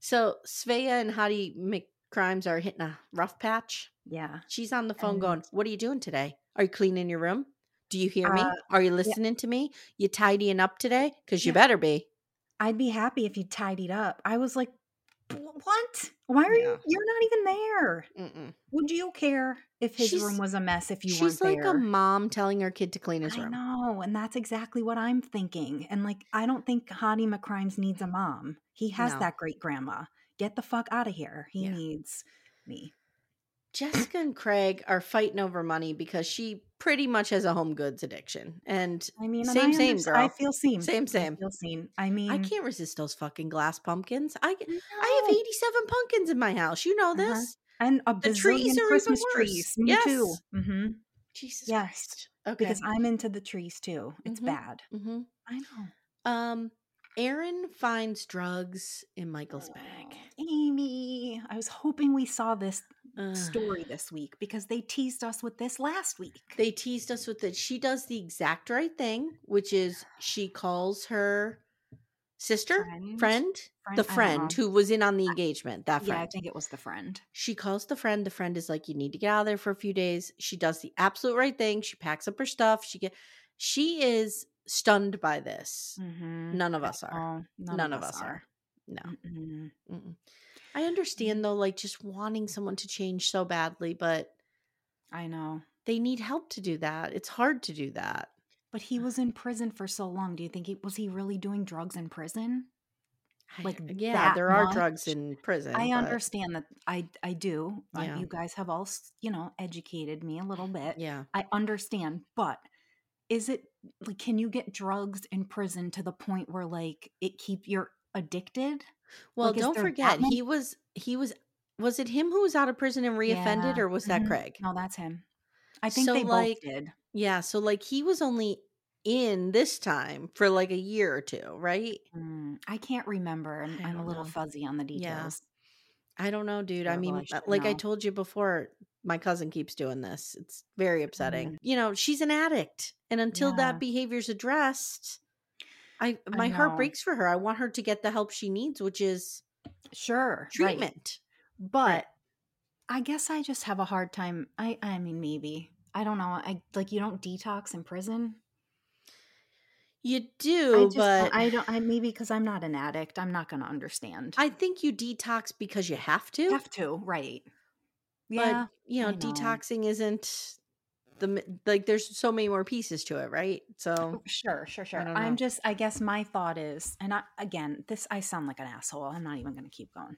S1: so Svea and Hadi McCrimes are hitting a rough patch.
S2: Yeah.
S1: She's on the phone
S2: And-
S1: going, What are you doing today? Are you cleaning your room? Do you hear me?
S2: Uh,
S1: Are you listening to me? You tidying up today? Because you
S2: Yeah.
S1: better be.
S2: I'd be happy if you tidied up. I was like, "Wh- what? Why are
S1: Yeah.
S2: you? You're not even there.
S1: Mm-mm.
S2: Would you care if his
S1: She's-
S2: room was a mess if you
S1: She's
S2: weren't
S1: like
S2: there?
S1: a mom telling her kid to clean his
S2: I
S1: room.
S2: know, and that's exactly what I'm thinking. And like, I don't think Hadi McCrimes needs a mom. He has
S1: No.
S2: that great grandma. Get the fuck out of here. He
S1: Yeah.
S2: needs me.
S1: Jessica and Craig are fighting over money because she pretty much has a home goods addiction. And
S2: I mean, and
S1: Same,
S2: I
S1: same,
S2: underst-
S1: girl.
S2: I feel seen.
S1: Same, same.
S2: I feel seen. I mean,
S1: I can't resist those fucking glass pumpkins. I I have 87 pumpkins in my house. You know
S2: Uh-huh.
S1: this.
S2: and a
S1: The
S2: bazillion
S1: trees are even
S2: Christmas
S1: worse.
S2: trees. Me too. Mm-hmm.
S1: Jesus
S2: Yes,
S1: Christ. Okay.
S2: Because I'm into the trees too. It's
S1: Mhm.
S2: bad.
S1: hmm
S2: I know.
S1: Um, Aaron finds drugs in Michael's bag.
S2: Amy, I was hoping we saw this
S1: Ugh.
S2: story this week because they teased us with this last week.
S1: They teased us with that she does the exact right thing, which is she calls her sister, friend,
S2: Friend?
S1: the
S2: Friend? I don't
S1: friend
S2: know.
S1: who was in on the engagement. That
S2: yeah, I
S1: friend.
S2: think it was the friend.
S1: She calls the friend. The friend is like, "You need to get out of there for a few days." She does the absolute right thing. She packs up her stuff. She get. She is stunned by this.
S2: Mm-hmm.
S1: None of us are. None, of us are. No. Mm-mm. I
S2: Mm.
S1: understand though, like just wanting someone to change so badly, but
S2: I know.
S1: they need help to do that. It's hard to do that.
S2: But he was in prison for so long. Do you think he was he really doing drugs in prison?
S1: I-
S2: Like
S1: yeah,
S2: that
S1: there are
S2: much?
S1: drugs in prison.
S2: I
S1: but-
S2: understand that. I I do. Uh,
S1: Yeah.
S2: you guys have all s- you know educated me a little bit.
S1: Yeah.
S2: I understand, but is it like can you get drugs in prison to the point where like it keep you're addicted?
S1: Well,
S2: Like, is
S1: don't
S2: there that
S1: forget
S2: many-
S1: he was he was was it him who was out of prison and reoffended,
S2: Yeah.
S1: or was that
S2: Mhm.
S1: Craig?
S2: No, that's him. I think
S1: So,
S2: they
S1: like,
S2: both did.
S1: Yeah, so like he was only in this time for like a year or two, right?
S2: Mm, I can't remember, and
S1: I
S2: I'm a
S1: don't
S2: little
S1: know.
S2: fuzzy on the
S1: Yeah.
S2: details.
S1: I don't know, dude. I
S2: Terrible, I
S1: mean, uh,
S2: should
S1: like I
S2: know.
S1: told you before, my cousin keeps doing this. It's very upsetting. You know, she's an addict, and until
S2: Mm-hmm. Yeah.
S1: that behavior's addressed, I
S2: I
S1: my heart
S2: know.
S1: breaks for her. I want her to get the help she needs, which is
S2: Sure, right.
S1: treatment.
S2: but I guess I just have a hard time. I I mean, maybe I don't know. I like you don't detox in prison.
S1: You
S2: I
S1: do,
S2: just
S1: but
S2: don't, I don't. I maybe because I'm not an addict, I'm not going to understand.
S1: I think you detox because you have to.
S2: have to, right? Yeah,
S1: but, you know,
S2: I know.
S1: detoxing isn't the m- like. There's so many more pieces to it, right? So
S2: sure, sure, sure.
S1: don't know.
S2: I'm just. I guess my thought is, and I, again, this I sound like an asshole. I'm not even going to keep going.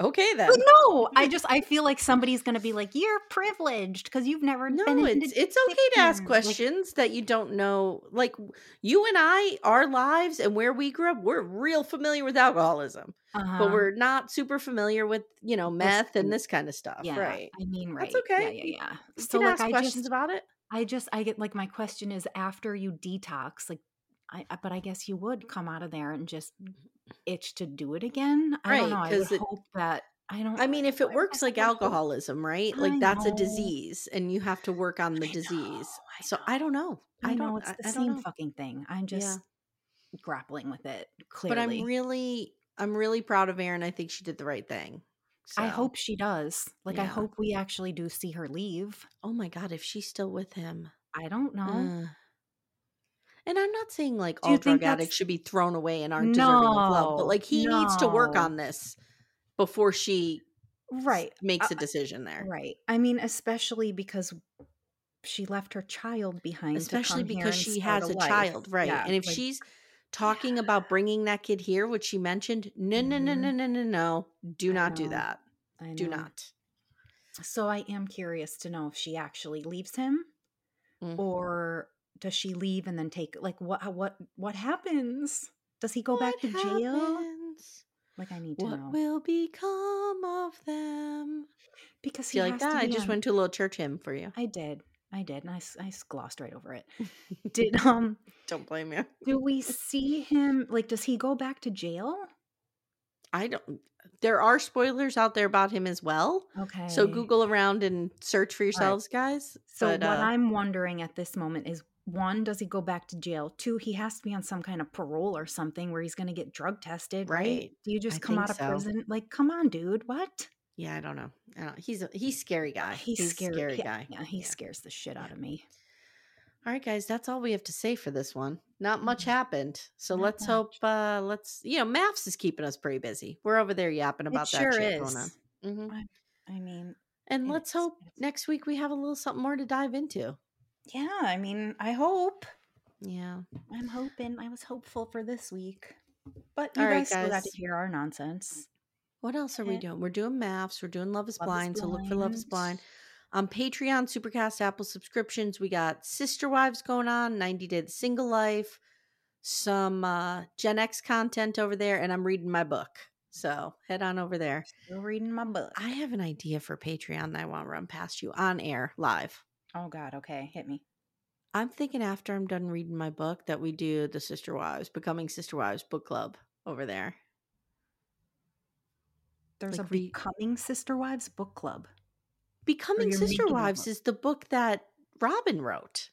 S1: okay then.
S2: But no, I just I feel like somebody's going to be like, "You're privileged because you've never been."
S1: No, it's
S2: into
S1: it's okay to
S2: dictation."
S1: ask
S2: Like,
S1: questions that you don't know. Like w- you and I, our lives and where we grew up, we're real familiar with alcoholism,
S2: uh-huh.
S1: but we're not super familiar with you know meth and
S2: and-
S1: this kind of stuff,
S2: yeah,
S1: right?
S2: I mean, right?
S1: That's okay.
S2: Yeah,
S1: You-
S2: yeah, yeah.
S1: You
S2: So
S1: can
S2: like,
S1: ask
S2: I
S1: questions
S2: just
S1: about it.
S2: I just I get like my question is after you detox, like I I- but I guess you would come out of there and just itch to do it again. I don't know.
S1: Mm-hmm. Right,
S2: I would
S1: 'cause it-
S2: hope that I don't
S1: I mean, if it
S2: I-
S1: works
S2: I
S1: like
S2: would hope-
S1: alcoholism, right?
S2: I
S1: Like that's a
S2: know.
S1: disease, and you have to work on the
S2: I know,
S1: disease.
S2: I
S1: So I don't know.
S2: I
S1: I
S2: know
S1: don't.
S2: it's
S1: I-
S2: the
S1: I don't
S2: same
S1: know.
S2: fucking thing. I'm just grappling with it clearly.
S1: But I'm really, I'm really proud of Erin. I think she did the right thing.
S2: I
S1: So-
S2: hope she does. Like, I
S1: Yeah.
S2: hope we actually do see her leave.
S1: Oh my god, if she's still with him.
S2: I don't know.
S1: Ugh. and I'm not saying like
S2: Uh-huh. Do you
S1: all
S2: think
S1: drug
S2: that's-
S1: addicts should be thrown away and aren't deserving of love,
S2: No,
S1: but like he needs to work
S2: no.
S1: on this before she s-
S2: right.
S1: makes
S2: I-
S1: a decision there.
S2: Right. I mean, especially because she left her child behind. to
S1: Especially
S2: come here
S1: because
S2: and
S1: she
S2: start
S1: has a
S2: life.
S1: child, right?
S2: Yeah,
S1: and if
S2: like,
S1: she's talking about bringing that kid here, which she mentioned, no, no, no,
S2: Mhm.
S1: no, no, no, no, do
S2: I
S1: not do
S2: know.
S1: that.
S2: I
S1: Do
S2: know.
S1: not.
S2: So I am curious to know if she actually leaves him
S1: Mm.
S2: or does she leave and then take like what how- what what happens? Does he go back to
S1: What
S2: jail?
S1: happens?
S2: Like I need to know.
S1: What will become of them?
S2: because he
S1: See, like
S2: has to
S1: that, I
S2: be
S1: just
S2: on-
S1: went to a little church hymn for you.
S2: I did. I did. And I, s- I s- glossed right over it. Did um
S1: Don't blame you.
S2: do we see him like does he go back to jail?
S1: I don't. There are spoilers out there about him as well.
S2: Okay.
S1: So Google around and search for yourselves, guys.
S2: So
S1: But,
S2: what
S1: uh,
S2: I'm wondering at this moment is one, does he go back to jail? Two, he has to be on some kind of parole or something where he's going to get drug tested, right?
S1: Right.
S2: Do you just
S1: I
S2: come
S1: think
S2: out of
S1: so.
S2: prison? Like, come on, dude, what?
S1: yeah, I don't know. I don't, he's a, he's scary guy. Uh, He's,
S2: scary-
S1: scary
S2: yeah,
S1: guy.
S2: Yeah, he
S1: Yeah.
S2: scares the shit out
S1: Yeah.
S2: of me.
S1: All right, guys, that's all we have to say for this one. Not much
S2: Mhm.
S1: happened. So
S2: Not
S1: let's
S2: much.
S1: hope. uh Let's you know, maths is keeping us pretty busy. We're over there yapping about that shit going on. Mhm.
S2: I mean,
S1: And
S2: It
S1: let's
S2: is,
S1: hope
S2: it is.
S1: next week we have a little something more to dive into.
S2: yeah, I mean, I hope.
S1: Yeah.
S2: I'm hoping. I was hopeful for this week. But you
S1: All right,
S2: guys, still got
S1: guys.
S2: to hear our nonsense.
S1: What else are we
S2: Okay.
S1: doing? We're doing maths. We're doing Love is,
S2: Love is
S1: blind, So look for Love is Blind.
S2: Blind.
S1: On Patreon, Supercast, Apple subscriptions, we got Sister Wives going on, 90 Day the Single Life, some uh, Gen X content over there, and I'm reading my book. So head on over there.
S2: Still reading my book.
S1: I have an idea for Patreon that I want to run past you on air live.
S2: oh, God. Okay. Hit me.
S1: I'm thinking after I'm done reading my book that we do the Sister Wives, Becoming Sister Wives book club over there.
S2: There's
S1: Like
S2: a
S1: re-
S2: Becoming Sister Wives book club.
S1: Becoming
S2: you're
S1: Sister
S2: making a
S1: Wives
S2: book.
S1: is the book that Robin wrote.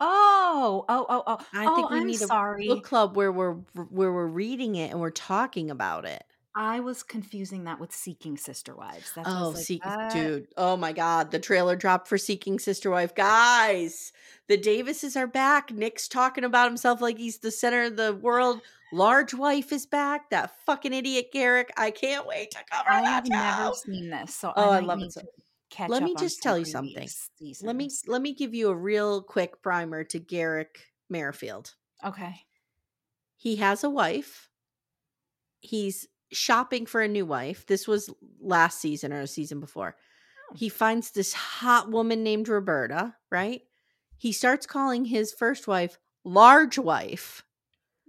S2: Oh, oh, oh, oh.
S1: I
S2: oh,
S1: think we
S2: I'm
S1: need
S2: sorry.
S1: a book club where we're where we're reading it and we're talking about it.
S2: I was confusing that with Seeking Sister Wives. That's what I
S1: oh,
S2: was like,
S1: Seeking
S2: "What?"
S1: dude. Oh my god, the trailer dropped for Seeking Sister Wife. Guys, the Davises are back. Nick's talking about himself like he's the center of the world. Large wife is back. That fucking idiot Garrick. I can't wait to cover
S2: I
S1: that
S2: have never
S1: show.
S2: seen this, so
S1: Oh, I
S2: might
S1: love it
S2: need
S1: so-
S2: to Catch
S1: Let me
S2: up on
S1: just tell
S2: some
S1: you something.
S2: previous
S1: Let me
S2: seasons.
S1: let me give you a real quick primer to Garrick Merrifield.
S2: Okay.
S1: he has a wife he's shopping for a new wife this was last season or a season before
S2: Oh.
S1: he finds this hot woman named roberta right he starts calling his first wife large wife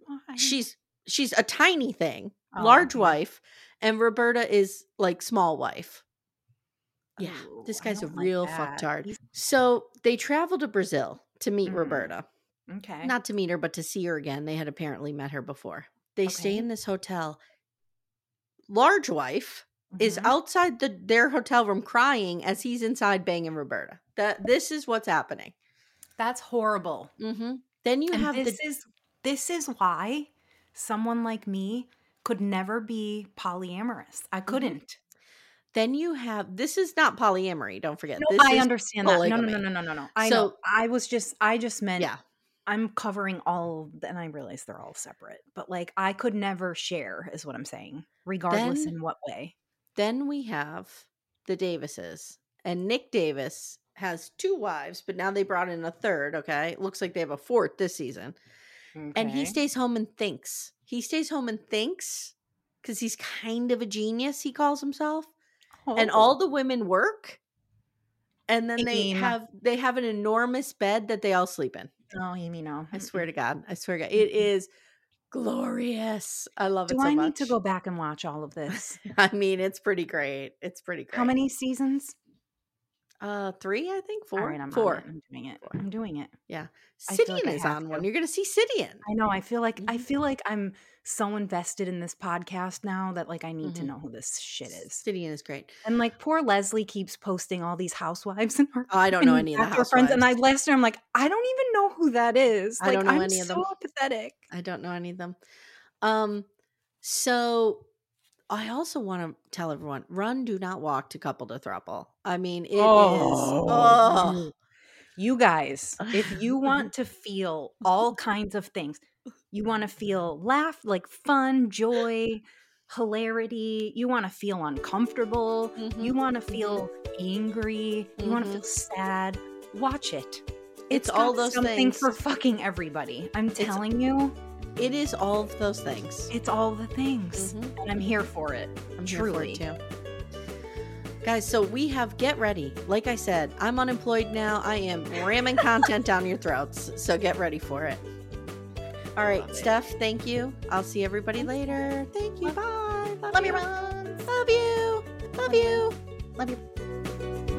S2: Why?
S1: she's she's a tiny thing
S2: Oh,
S1: large
S2: okay.
S1: wife and roberta is like small wife yeah
S2: Ooh,
S1: this
S2: I
S1: guy's a
S2: don't like
S1: real
S2: that.
S1: fucktard
S2: He's-
S1: so they travel to brazil to meet
S2: Mm.
S1: roberta
S2: Okay.
S1: not to meet her, but to see her again. They had apparently met her before. They stay
S2: Okay.
S1: in this hotel. Large wife is
S2: Mhm.
S1: outside the their hotel room crying as he's inside banging Roberta. That this is what's happening.
S2: That's horrible.
S1: Mm-hmm. Then you
S2: and
S1: have the
S2: this is this is why someone like me could never be polyamorous. I couldn't.
S1: then you have this is not polyamory. Don't forget.
S2: No,
S1: this
S2: I
S1: is
S2: understand that. No, no,
S1: polygamy.
S2: no, no, no, no, no. I
S1: So-
S2: know. I was just, I just meant,
S1: Yeah.
S2: I'm covering all, of the- and I realize they're all separate, but like I could never share, is what I'm saying, regardless
S1: Then-
S2: in what way.
S1: Then we have the Davises, and Nick Davis has two wives, but now they brought in a third. Okay, looks like they have a fourth this season. and he
S2: Okay.
S1: stays home and thinks. He stays home and thinks because he's kind of a genius. He calls himself, and
S2: Oh,
S1: all the women work, and then they
S2: Aim.
S1: have they have an enormous bed that they all sleep in.
S2: No, Amy, no.
S1: I swear to God, I swear to God, it
S2: Mhm.
S1: is glorious. I love
S2: Do
S1: it so
S2: I need
S1: much.
S2: to go back and watch all of this?
S1: I mean, it's pretty great. It's pretty great.
S2: How many seasons?
S1: Uh, three, I think. Four.
S2: All right, I'm on
S1: Four.
S2: it. I'm doing it. i I'm doing it.
S1: Yeah.
S2: I feel
S1: Sidian
S2: like I
S1: is
S2: have
S1: on
S2: to.
S1: one. You're going to see Sidian.
S2: I know. I feel like I
S1: Mm-hmm.
S2: feel like I'm so invested in this podcast now that like I need to
S1: Mhm.
S2: know who this shit is.
S1: Sidian is great.
S2: And like poor Leslie keeps posting all these housewives and her.
S1: Oh, I don't know
S2: and
S1: any of the
S2: actor friends. And I
S1: housewives.
S2: last year I'm like, I don't even know who that is.
S1: I
S2: Like,
S1: don't know
S2: I'm
S1: any of them.
S2: So pathetic.
S1: I don't know any of them. Um, so I also want to tell everyone: run, do not walk to couple to throuple. I mean, it is. oh.
S2: You guys, if you want to feel all kinds of things, you want to feel laugh, like fun, joy, hilarity. You want to feel uncomfortable. You
S1: Mhm,
S2: want to feel angry. You want to feel sad. Watch it.
S1: Mm-hmm. It's
S2: got
S1: all those
S2: something
S1: things.
S2: for fucking everybody. I'm telling you,
S1: It is all of those things.
S2: it's all the things,
S1: Mhm.
S2: and I'm here for it.
S1: I'm
S2: truly.
S1: here for it too. Guys, so we have get ready. Like I said, I'm unemployed now. I am ramming content down your throats. So get ready for it. All right, Steph, thank you. I'll see everybody later. Thank you. Bye. Love, you. Love you. Love you. Love you.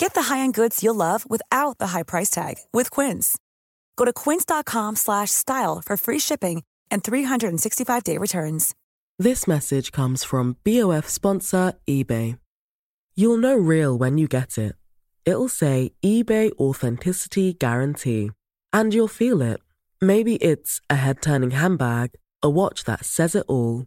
S4: Get the high-end goods you'll love without the high price tag with Quince. Go to quince.com slash style for free shipping and 365-day returns.
S5: This message comes from BOF sponsor eBay. You'll know real when you get it. It'll say eBay Authenticity Guarantee. And you'll feel it. Maybe it's a head turning handbag, a watch that says it all,